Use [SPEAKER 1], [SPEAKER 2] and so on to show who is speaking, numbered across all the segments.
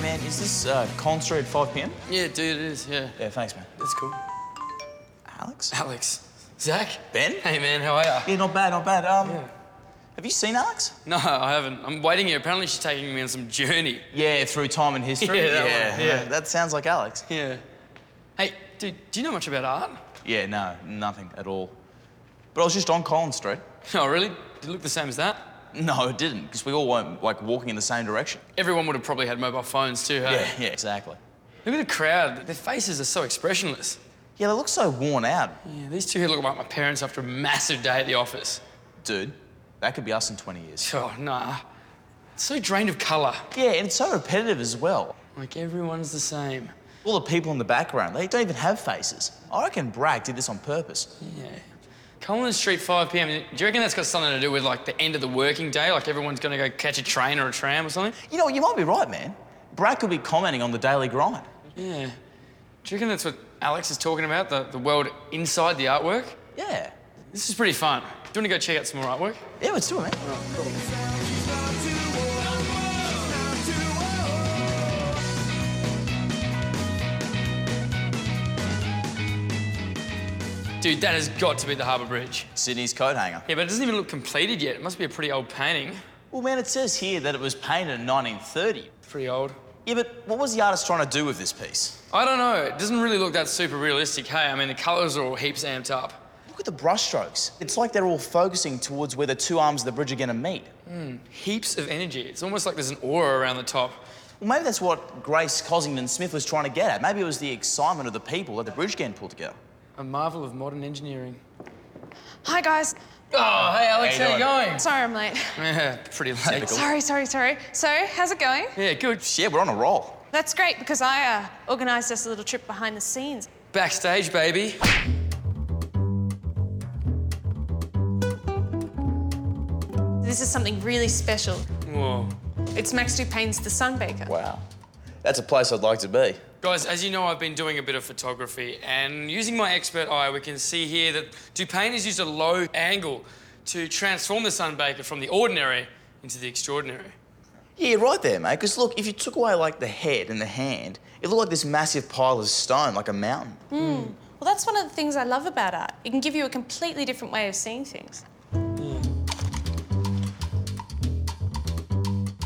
[SPEAKER 1] man, is this uh, concert at 5 p.m.?
[SPEAKER 2] Yeah, dude, it is. Yeah,
[SPEAKER 1] Yeah, thanks, man.
[SPEAKER 2] that's cool.
[SPEAKER 1] Alex?
[SPEAKER 2] Alex, Zach,
[SPEAKER 1] Ben?
[SPEAKER 2] Hey, man, how are you?
[SPEAKER 1] Yeah, not bad, not bad. Um,
[SPEAKER 2] Yeah.
[SPEAKER 1] Have you seen Alex?
[SPEAKER 2] No, I haven't. I'm waiting here. Apparently, she's taking me on some journey.
[SPEAKER 1] Yeah, through time and history.
[SPEAKER 2] Yeah, that one, yeah.
[SPEAKER 1] that sounds like Alex.
[SPEAKER 2] Yeah. Hey, dude, do you know much about art?
[SPEAKER 1] Yeah, no, nothing at all. But I was just on Collins Street.
[SPEAKER 2] Oh, really? Did it look the same as that?
[SPEAKER 1] No, it didn't, because we all weren't like walking in the same direction.
[SPEAKER 2] Everyone would have probably had mobile phones too, hey?
[SPEAKER 1] yeah, exactly.
[SPEAKER 2] Look at the crowd. Their faces are so expressionless. Oh,
[SPEAKER 1] Yeah, they look so worn out,
[SPEAKER 2] Yeah, these two here look like my parents after a massive day at the office.
[SPEAKER 1] dude. That could be us in 20 years.
[SPEAKER 2] Oh, nah. It's so drained of colour.
[SPEAKER 1] Yeah, and it's so repetitive as well.
[SPEAKER 2] Like everyone's the same.
[SPEAKER 1] All the people in the background, they don't even have faces. I reckon Bragg did this on purpose.
[SPEAKER 2] Yeah. Collins Street, 5 p.m. Do you reckon that's got something to do with like the end of the working day? Like everyone's gonna go catch a train or a tram or something?
[SPEAKER 1] You know, you might be right, man. Bragg could be commenting on the daily grind.
[SPEAKER 2] Yeah. Do you reckon that's what Alex is talking about? The, the world inside the artwork?
[SPEAKER 1] Yeah.
[SPEAKER 2] This is pretty fun. Do you wanna go check out some more artwork?
[SPEAKER 1] Yeah, let's do it, man.
[SPEAKER 2] Dude, that has got to be the Harbour Bridge.
[SPEAKER 1] Sydney's coat hanger.
[SPEAKER 2] Yeah, but it doesn't even look completed yet. It must be a pretty old painting.
[SPEAKER 1] Well, man, it says here that it was painted in 1930.
[SPEAKER 2] Pretty old.
[SPEAKER 1] Yeah, but what was the artist trying to do with this piece?
[SPEAKER 2] I don't know. It doesn't really look that super realistic. Hey, I mean, the colours are all heaps amped up.
[SPEAKER 1] Look at the brushstrokes. It's like they're all focusing towards where the two arms of the bridge are going to meet.
[SPEAKER 2] Heaps of energy. It's almost like there's an aura around the top.
[SPEAKER 1] Well, maybe that's what Grace Cossington Smith was trying to get at. Maybe it was the excitement of the people that the bridge getting pulled together.
[SPEAKER 2] A marvel of modern engineering.
[SPEAKER 3] Hi guys.
[SPEAKER 2] Oh, hey, Alex,
[SPEAKER 1] How you
[SPEAKER 2] how you going?
[SPEAKER 3] Sorry I'm late.
[SPEAKER 2] Yeah, pretty late.
[SPEAKER 1] Typical.
[SPEAKER 3] Sorry, sorry, sorry. So, how's it going?
[SPEAKER 2] Yeah, good.
[SPEAKER 1] Yeah, we're on a roll.
[SPEAKER 3] That's great because I uh, organised us a little trip behind the scenes.
[SPEAKER 2] Backstage, baby.
[SPEAKER 3] This is something really special.
[SPEAKER 2] Whoa.
[SPEAKER 3] It's Max Dupain's The Sunbaker.
[SPEAKER 1] Wow. That's a place I'd like to be.
[SPEAKER 2] Guys, as you know, I've been doing a bit of photography, and using my expert eye, we can see here that Dupain has used a low angle to transform the Sunbaker from the ordinary into the extraordinary.
[SPEAKER 1] Yeah, right there, mate. Because look, if you took away like the head and the hand, it looked like this massive pile of stone, like a mountain.
[SPEAKER 3] Well, that's one of the things I love about art. It can give you a completely different way of seeing things.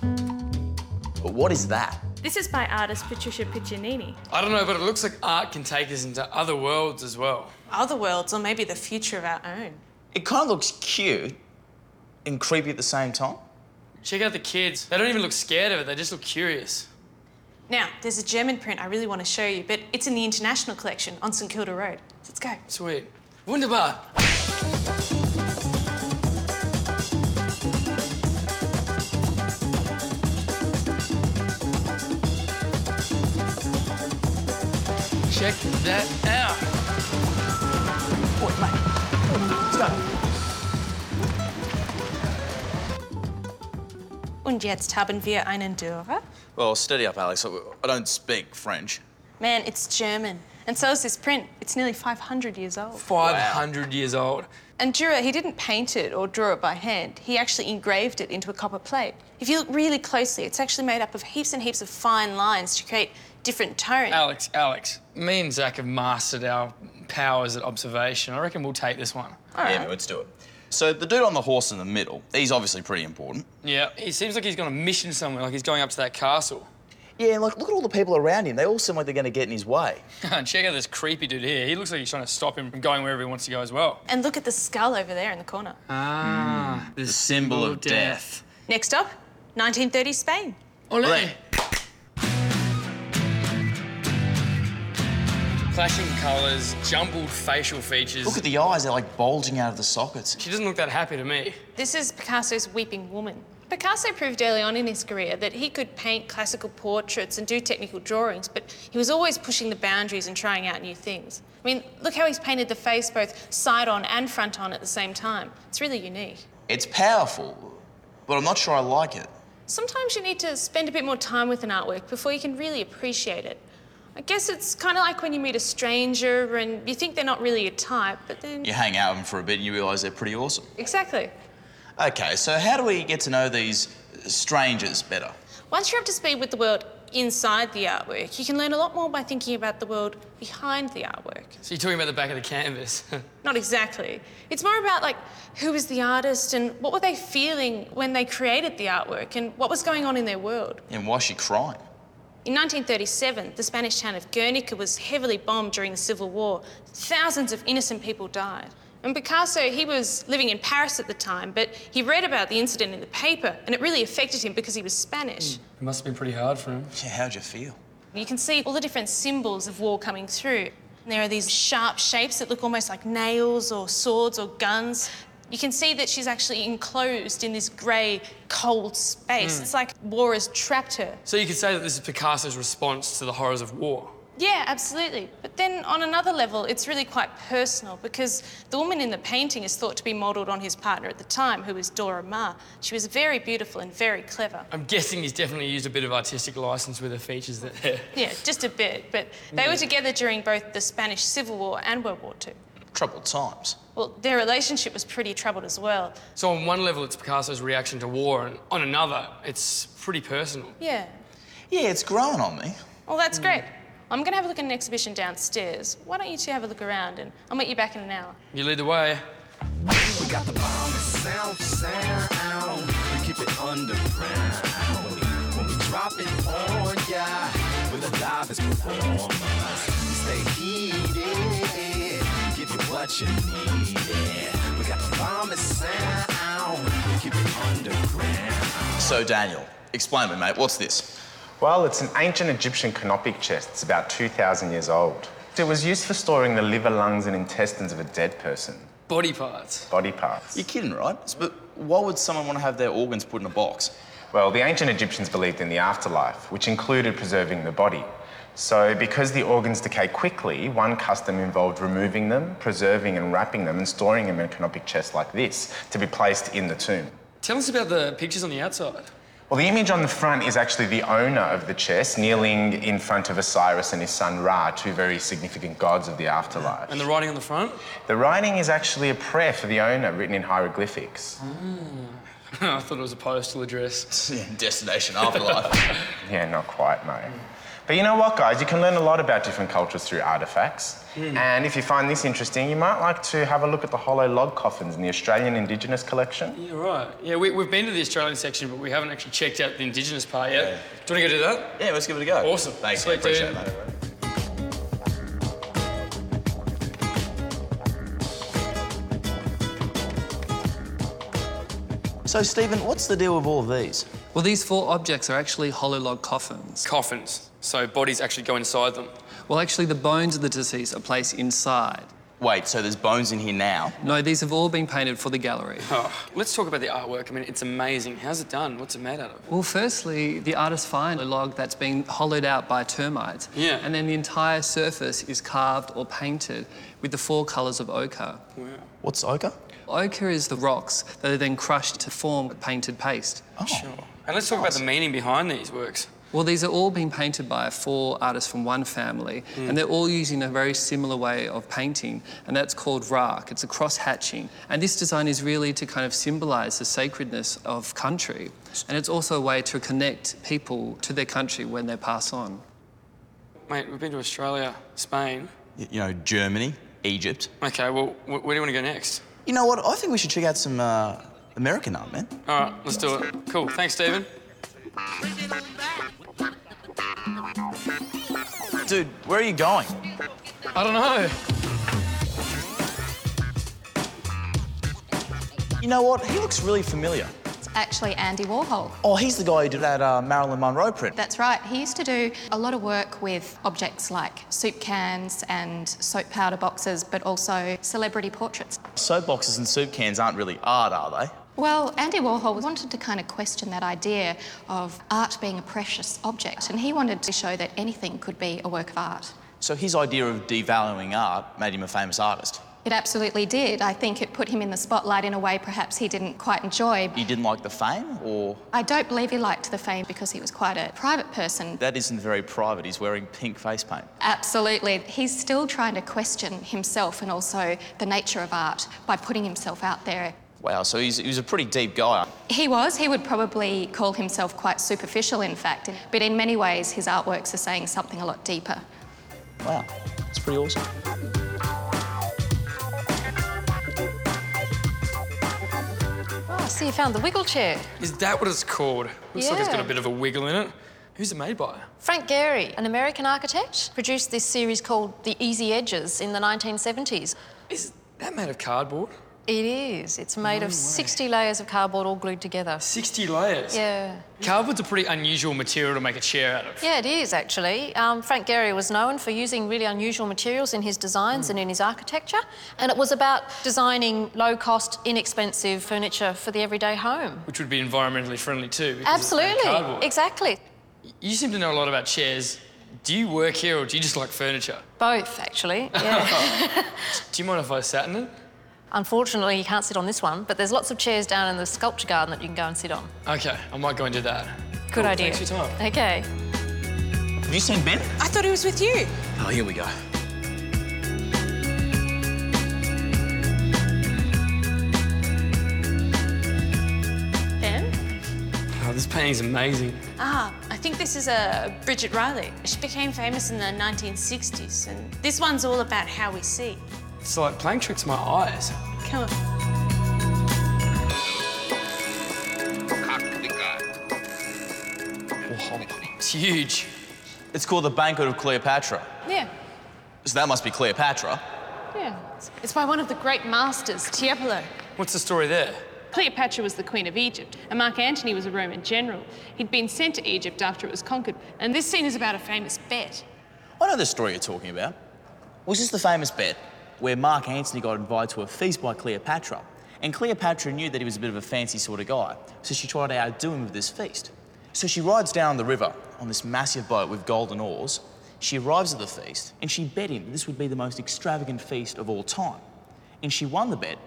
[SPEAKER 1] But what is that?
[SPEAKER 4] This is by artist Patricia Piccinini.
[SPEAKER 2] I don't know, but it looks like art can take us into other worlds as well.
[SPEAKER 3] Other worlds, or maybe the future of our own.
[SPEAKER 1] It kind of looks cute and creepy at the same time.
[SPEAKER 2] Check out the kids. They don't even look scared of it, they just look curious.
[SPEAKER 3] Now, there's a German print I really want to show you, but it's in the International Collection on St Kilda Road. Let's go.
[SPEAKER 2] Sweet. Wunderbar. Check that out.
[SPEAKER 1] Boy, mate. Let's go.
[SPEAKER 3] Und jetzt haben wir einen Dürer.
[SPEAKER 1] Well, steady up, Alex. I I don't speak French.
[SPEAKER 3] Man, it's German. And so is this print. It's nearly 500 years old.
[SPEAKER 2] 500 years old.
[SPEAKER 3] And Dürer, he didn't paint it or draw it by hand. He actually engraved it into a copper plate. If you look really closely, it's actually made up of heaps and heaps of fine lines to create different tones.
[SPEAKER 2] Alex, Alex, me and Zach have mastered our powers at observation. I reckon we'll take this one.
[SPEAKER 1] yeah, mate, let's do it. So the dude on the horse in the middle, he's obviously pretty important.
[SPEAKER 2] Yeah, he seems like he's got a mission somewhere, like he's going up to that castle.
[SPEAKER 1] Yeah, and like look at all the people around him. They all seem like they're going to get in his way.
[SPEAKER 2] Check out this creepy dude here. He looks like he's trying to stop him from going wherever he wants to go as well.
[SPEAKER 3] And look at the skull over there in the corner.
[SPEAKER 2] Ah, the
[SPEAKER 1] symbol of death.
[SPEAKER 3] Next up, 1930 Spain.
[SPEAKER 2] Olé. Clashing colours, jumbled facial features.
[SPEAKER 1] Look at the eyes. They're like bulging out of the sockets.
[SPEAKER 2] she doesn't look that happy to me.
[SPEAKER 3] This is Picasso's Weeping Woman. Picasso proved early on in his career that he could paint classical portraits and do technical drawings, but he was always pushing the boundaries and trying out new things. I mean, look how he's painted the face both side on and front on at the same time. It's really unique.
[SPEAKER 1] It's powerful, but I'm not sure I like it.
[SPEAKER 3] Sometimes you need to spend a bit more time with an artwork before you can really appreciate it. I guess it's kind of like when you meet a stranger and you think they're not really your type, but then.
[SPEAKER 1] You hang out with them for a bit and you realise they're pretty awesome.
[SPEAKER 3] Exactly.
[SPEAKER 1] Okay, so how do we get to know these strangers better?
[SPEAKER 3] Once you're up to speed with the world inside the artwork, you can learn a lot more by thinking about the world behind the artwork.
[SPEAKER 2] So you're talking about the back of the canvas.
[SPEAKER 3] Not exactly. It's more about like who was the artist and what were they feeling when they created the artwork and what was going on in their world.
[SPEAKER 1] And why is she crying?
[SPEAKER 3] In 1937, the Spanish town of Guernica was heavily bombed during the Civil War. Thousands of innocent people died. And Picasso, he was living in Paris at the time, but he read about the incident in the paper and it really affected him because he was Spanish.
[SPEAKER 2] it must have been pretty hard for him.
[SPEAKER 1] Yeah, how'd you feel?
[SPEAKER 3] You can see all the different symbols of war coming through. And there are these sharp shapes that look almost like nails or swords or guns. You can see that she's actually enclosed in this grey, cold space. It's like war has trapped her.
[SPEAKER 2] So you could say that this is Picasso's response to the horrors of war.
[SPEAKER 3] Yeah, absolutely. But then on another level, it's really quite personal because the woman in the painting is thought to be modelled on his partner at the time, who was Dora Maar. She was very beautiful and very clever.
[SPEAKER 2] I'm guessing he's definitely used a bit of artistic license with the features that there.
[SPEAKER 3] Yeah, just a bit. But they were together during both the Spanish Civil War and World War II.
[SPEAKER 1] Troubled times.
[SPEAKER 3] Well, their relationship was pretty troubled as well.
[SPEAKER 2] So on one level, it's Picasso's reaction to war, and on another, it's pretty personal.
[SPEAKER 3] Yeah.
[SPEAKER 1] Yeah, it's growing on me.
[SPEAKER 3] Well, that's
[SPEAKER 5] Mm.
[SPEAKER 3] great. I'm going to have a look at an exhibition downstairs. Why don't you two have a look around and I'll meet you back in an hour.
[SPEAKER 2] You lead the way.
[SPEAKER 6] We got the bomb sound, sound. We keep it underground. When we drop it on ya, we're the livest performers. We stay heated, give you what you need. We got the bomb sound. We keep it underground.
[SPEAKER 1] So, Daniel, explain to me, mate, what's this?
[SPEAKER 7] Well, it's an ancient Egyptian canopic chest. It's about 2,000 years old. It was used for storing the liver, lungs, and intestines of a dead person,
[SPEAKER 2] Body parts.
[SPEAKER 7] body parts.
[SPEAKER 1] You're kidding, right? But why would someone want to have their organs put in a box?
[SPEAKER 7] Well, the ancient Egyptians believed in the afterlife, which included preserving the body. So, because the organs decay quickly, one custom involved removing them, preserving and wrapping them, and storing them in a canopic chest like this to be placed in the tomb.
[SPEAKER 2] Tell us about the pictures on the outside.
[SPEAKER 7] Well, the image on the front is actually the owner of the chest kneeling in front of Osiris and his son Ra, two very significant gods of the afterlife.
[SPEAKER 2] And the writing on the front?
[SPEAKER 7] The writing is actually a prayer for the owner written in hieroglyphics.
[SPEAKER 2] I thought it was a postal address.
[SPEAKER 1] Yeah, Destination afterlife.
[SPEAKER 7] Yeah, not quite, no. But you know what, guys? You can learn a lot about different cultures through artifacts. And if you find this interesting, you might like to have a look at the hollow log coffins in the Australian Indigenous collection.
[SPEAKER 2] Yeah, right. Yeah, we, we've been to the Australian section, but we haven't actually checked out the Indigenous part yet. Do you want to go do that?
[SPEAKER 1] yeah, let's give it a go.
[SPEAKER 2] Awesome.
[SPEAKER 1] Thanks,
[SPEAKER 2] Sweet,
[SPEAKER 1] I appreciate
[SPEAKER 2] dude.
[SPEAKER 1] that. So, Stephen, what's the deal with all of these?
[SPEAKER 8] Well, these four objects are actually hollow log coffins.
[SPEAKER 2] Coffins. So bodies actually go inside them.
[SPEAKER 8] Well, actually, the bones of the deceased are placed inside.
[SPEAKER 1] Wait, so there's bones in here now?
[SPEAKER 8] No, these have all been painted for the gallery.
[SPEAKER 2] Oh, let's talk about the artwork. I mean, it's amazing. How's it done? What's it made out of?
[SPEAKER 8] Well, firstly, the artists find a log that's been hollowed out by termites.
[SPEAKER 2] Yeah.
[SPEAKER 8] And then the entire surface is carved or painted with the four colours of ochre.
[SPEAKER 1] What's ochre?
[SPEAKER 8] Ochre is the rocks that are then crushed to form a painted paste.
[SPEAKER 1] Oh.
[SPEAKER 2] And let's talk about the meaning behind these works.
[SPEAKER 8] Well, these are all being painted by four artists from one family, and they're all using a very similar way of painting, and that's called rack. It's a cross hatching. And this design is really to kind of symbolise the sacredness of country. And it's also a way to connect people to their country when they pass on.
[SPEAKER 2] Mate, we've been to Australia, Spain.
[SPEAKER 1] Y- You know, Germany, Egypt.
[SPEAKER 2] Okay, well, wh- where do you want to go next?
[SPEAKER 1] You know what? I think we should check out some uh, American art, man.
[SPEAKER 2] All right, let's do it. Cool. Thanks, Stephen.
[SPEAKER 1] Dude, where are you going?
[SPEAKER 2] I don't know.
[SPEAKER 1] You know what? He looks really familiar.
[SPEAKER 9] actually Andy Warhol.
[SPEAKER 1] Oh, he's the guy who did that uh, Marilyn Monroe print.
[SPEAKER 9] That's right. He used to do a lot of work with objects like soup cans and soap powder boxes, but also celebrity portraits.
[SPEAKER 1] Soap boxes and soup cans aren't really art, are they?
[SPEAKER 9] Well, Andy Warhol wanted to kind of question that idea of art being a precious object, and he wanted to show that anything could be a work of art.
[SPEAKER 1] So his idea of devaluing art made him a famous artist.
[SPEAKER 9] It absolutely did. I think it put him in the spotlight in a way perhaps he didn't quite enjoy.
[SPEAKER 1] He didn't like the fame, or
[SPEAKER 9] I don't believe he liked the fame because he was quite a private person.
[SPEAKER 1] that isn't very private. He's wearing pink face paint.
[SPEAKER 9] Absolutely. He's still trying to question himself and also the nature of art by putting himself out there.
[SPEAKER 1] Wow, so he's, he was a pretty deep guy.
[SPEAKER 9] He was. He would probably call himself quite superficial, in fact, but in many ways, his artworks are saying something a lot deeper.
[SPEAKER 1] Wow, that's pretty awesome.
[SPEAKER 10] Oh, so you found the wiggle chair.
[SPEAKER 2] Is that what it's called? Looks like it's got a
[SPEAKER 10] Yeah.
[SPEAKER 2] bit of a wiggle in it. Who's it made by?
[SPEAKER 10] Frank Gehry, an American architect, produced this series called The Easy Edges in the 1970s.
[SPEAKER 2] Is that made of cardboard?
[SPEAKER 10] It is. It's made of 60 layers of cardboard all glued together.
[SPEAKER 2] 60 layers.
[SPEAKER 10] Yeah.
[SPEAKER 2] Cardboard's a pretty unusual material to make a chair out of.
[SPEAKER 10] Yeah, it is actually. Um, Frank Gehry was known for using really unusual materials in his designs and in his architecture, and it was about designing low cost, inexpensive furniture for the everyday home.
[SPEAKER 2] Which would be environmentally friendly too. because it's made of
[SPEAKER 10] Absolutely.
[SPEAKER 2] cardboard.
[SPEAKER 10] Exactly.
[SPEAKER 2] you seem to know a lot about chairs. Do you work here or do you just like furniture?
[SPEAKER 10] Both, actually. Yeah.
[SPEAKER 2] Do you mind if I sat in it?
[SPEAKER 10] Unfortunately, you can't sit on this one, but there's lots of chairs down in the sculpture garden that you can go and sit on.
[SPEAKER 2] Okay, I might go and do that.
[SPEAKER 10] Good idea.
[SPEAKER 2] Thanks for your time.
[SPEAKER 10] Okay.
[SPEAKER 1] Have you seen Ben?
[SPEAKER 5] I thought he was with you.
[SPEAKER 6] Oh, here we go.
[SPEAKER 3] Ben?
[SPEAKER 2] Oh, this painting's amazing.
[SPEAKER 3] Ah, I think this is a Bridget Riley. She became famous in the 1960s, and this one's all about how we see.
[SPEAKER 2] It's like playing tricks with my eyes.
[SPEAKER 3] Come on.
[SPEAKER 2] It's huge.
[SPEAKER 1] It's called The Banquet of Cleopatra.
[SPEAKER 3] Yeah,
[SPEAKER 1] So that must be Cleopatra.
[SPEAKER 3] yeah. It's by one of the great masters, Tiepolo.
[SPEAKER 2] What's the story there?
[SPEAKER 5] Cleopatra was the queen of Egypt, and Mark Antony was a Roman general. He'd been sent to Egypt after it was conquered, and this scene is about a famous bet.
[SPEAKER 1] I know the story you're talking about. Was this the famous bet where Mark Antony got invited to a feast by Cleopatra? And Cleopatra knew that he was a bit of a fancy sort of guy, so she tried to outdo him with this feast. So she rides down the river on this massive boat with golden oars. She arrives at the feast and she bet him this would be the most extravagant feast of all time. And she won the bet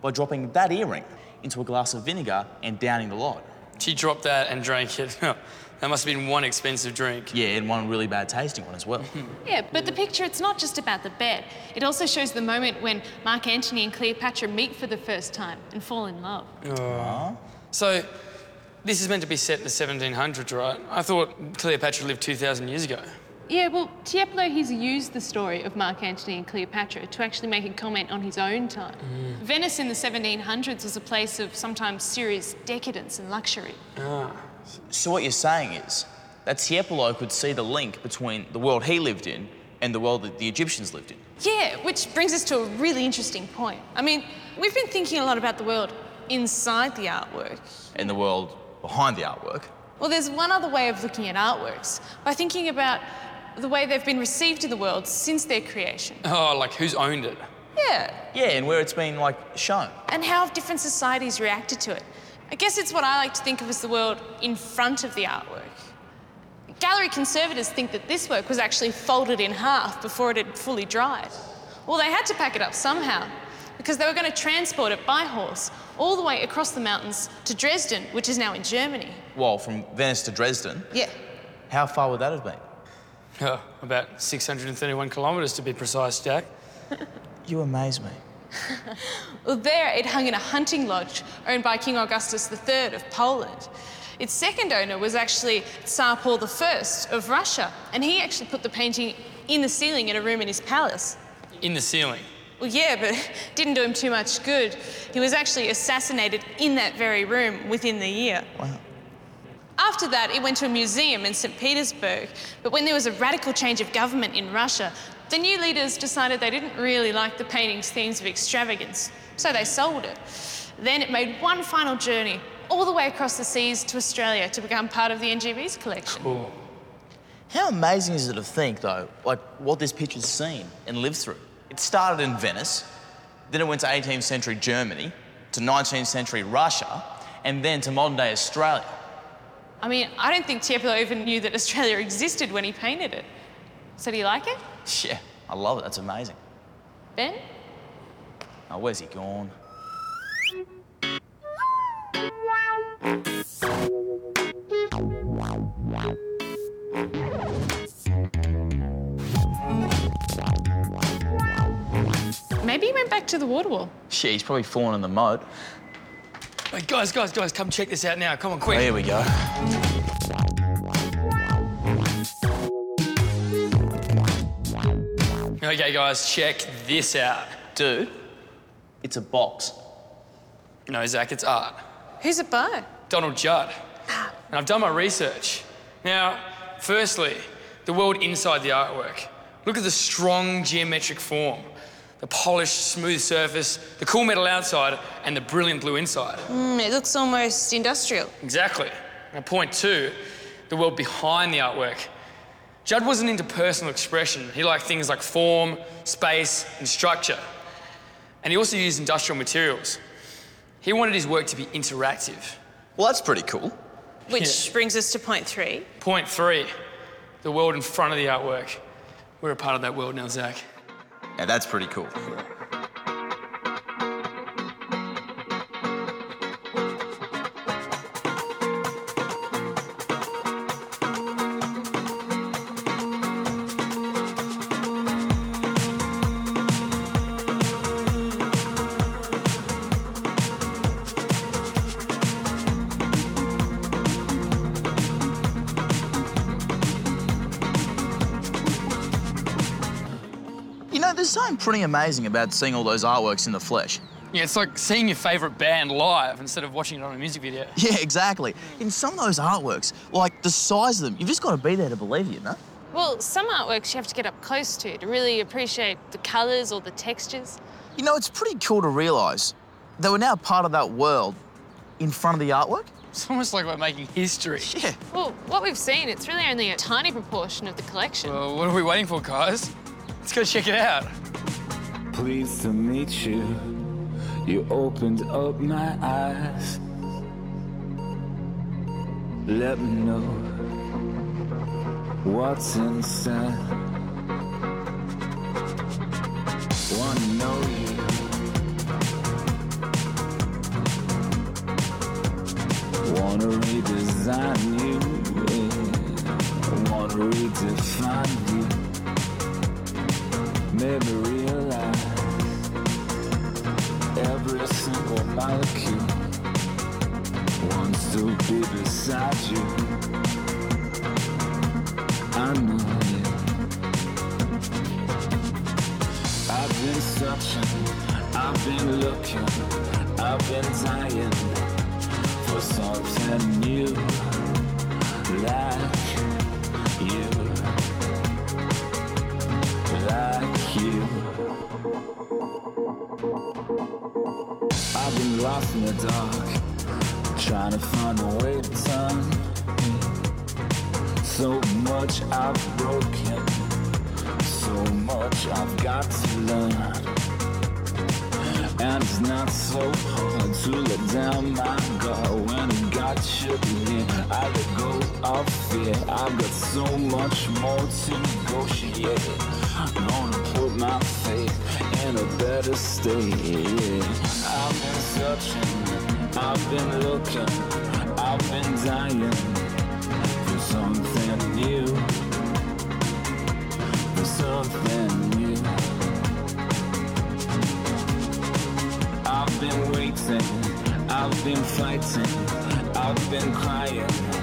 [SPEAKER 1] by dropping that earring into a glass of vinegar and downing the lot.
[SPEAKER 2] She dropped that and drank it. that must have been one expensive drink.
[SPEAKER 1] Yeah, and one really bad tasting one as well.
[SPEAKER 5] Yeah, but the picture, it's not just about the bet. It also shows the moment when Mark Antony and Cleopatra meet for the first time and fall in love.
[SPEAKER 2] So, this is meant to be set in the 1700s, right? I thought Cleopatra lived 2,000 years ago.
[SPEAKER 5] Yeah, well, Tiepolo, he's used the story of Mark Antony and Cleopatra to actually make a comment on his own time. Venice in the 1700s was a place of sometimes serious decadence and luxury.
[SPEAKER 1] So what you're saying is that Tiepolo could see the link between the world he lived in and the world that the Egyptians lived in.
[SPEAKER 3] Yeah, which brings us to a really interesting point. I mean, we've been thinking a lot about the world inside the artwork.
[SPEAKER 1] And the world behind the artwork.
[SPEAKER 3] Well, there's one other way of looking at artworks by thinking about the way they've been received in the world since their creation.
[SPEAKER 2] Oh, like who's owned it?
[SPEAKER 3] Yeah,
[SPEAKER 1] Yeah, and where it's been like shown.
[SPEAKER 3] and how have different societies reacted to it. I guess it's what I like to think of as the world in front of the artwork. Gallery conservators think that this work was actually folded in half before it had fully dried. Well, they had to pack it up somehow because they were going to transport it by horse all the way across the mountains to Dresden, which is now in Germany.
[SPEAKER 1] Well, from Venice to Dresden.
[SPEAKER 3] Yeah.
[SPEAKER 1] How far would that have been?
[SPEAKER 2] Oh, about 631 kilometres to be precise, Jack.
[SPEAKER 1] You amaze me.
[SPEAKER 3] Well, there it hung in a hunting lodge owned by King Augustus III of Poland. Its second owner was actually Tsar Paul I of Russia, and he actually put the painting in the ceiling in a room in his palace.
[SPEAKER 2] In the ceiling.
[SPEAKER 3] Well, yeah, but didn't do him too much good. He was actually assassinated in that very room within the year.
[SPEAKER 1] Wow.
[SPEAKER 3] After that, it went to a museum in St. Petersburg. But when there was a radical change of government in Russia, the new leaders decided they didn't really like the painting's themes of extravagance, so they sold it. Then it made one final journey all the way across the seas to Australia to become part of the NGB's collection.
[SPEAKER 1] How amazing is it to think, though, like what this picture's seen and lived through? It started in Venice, then it went to 18th century Germany, to 19th century Russia, and then to modern day Australia.
[SPEAKER 3] I mean, I don't think Tiepolo even knew that Australia existed when he painted it. So, do you like it,
[SPEAKER 1] Yeah, I love it. That's amazing.
[SPEAKER 3] Ben?
[SPEAKER 1] Now, where's he gone?
[SPEAKER 5] Maybe he went back to the water wall.
[SPEAKER 1] Shit, he's probably fallen in the mud.
[SPEAKER 2] Wait, guys, guys, guys, come check this out now. Come on, quick.
[SPEAKER 1] Here we go.
[SPEAKER 2] Okay, guys, check this out.
[SPEAKER 1] Dude, it's a box.
[SPEAKER 2] No, Zach, it's art.
[SPEAKER 3] Who's it by?
[SPEAKER 2] Donald Judd. And I've done my research. Now, firstly, the world inside the artwork. Look at the strong geometric form, the polished, smooth surface, the cool metal outside, and the brilliant blue inside.
[SPEAKER 3] Mm, it looks almost industrial.
[SPEAKER 2] Exactly. Now, point two, the world behind the artwork. Judd wasn't into personal expression. He liked things like form, space, and structure. And he also used industrial materials. He wanted his work to be interactive.
[SPEAKER 1] Well, that's pretty cool.
[SPEAKER 3] Which brings us to point three.
[SPEAKER 2] Point three, the world in front of the artwork. We're a part of that world now, Zach.
[SPEAKER 1] Yeah, that's pretty cool. You know, there's something pretty amazing about seeing all those artworks in the flesh.
[SPEAKER 2] Yeah, it's like seeing your favourite band live instead of watching it on a music video.
[SPEAKER 1] Yeah, exactly. In some of those artworks, like the size of them, you've just got to be there to believe it, no?
[SPEAKER 5] Well, some artworks you have to get up close to to really appreciate the colours or the textures.
[SPEAKER 1] You know, it's pretty cool to realise that we're now part of that world in front of the artwork.
[SPEAKER 2] It's almost like we're making history.
[SPEAKER 1] Yeah.
[SPEAKER 5] Well, what we've seen, it's really only a tiny proportion of the collection.
[SPEAKER 2] Well, what are we waiting for, guys? Let's go check it out.
[SPEAKER 11] Pleased to meet you. You opened up my eyes. Let me know what's inside. Wanna know you. Wanna redesign you. yeah. Wanna redefine you. Made me realize every single molecule wants to be beside you. I know it. I've been searching, I've been looking, I've been dying for something new like you. Like you. I've been lost in the dark, trying to find a way to turn. So much I've broken, so much I've got to learn. And it's not so hard to let down my guard when I got you in. I let go of fear. I've got so much more to negotiate. I'm gonna put my faith in a better state. yeah. I've been searching, I've been looking, I've been dying for something new, for something new. I've been waiting, I've been fighting, I've been crying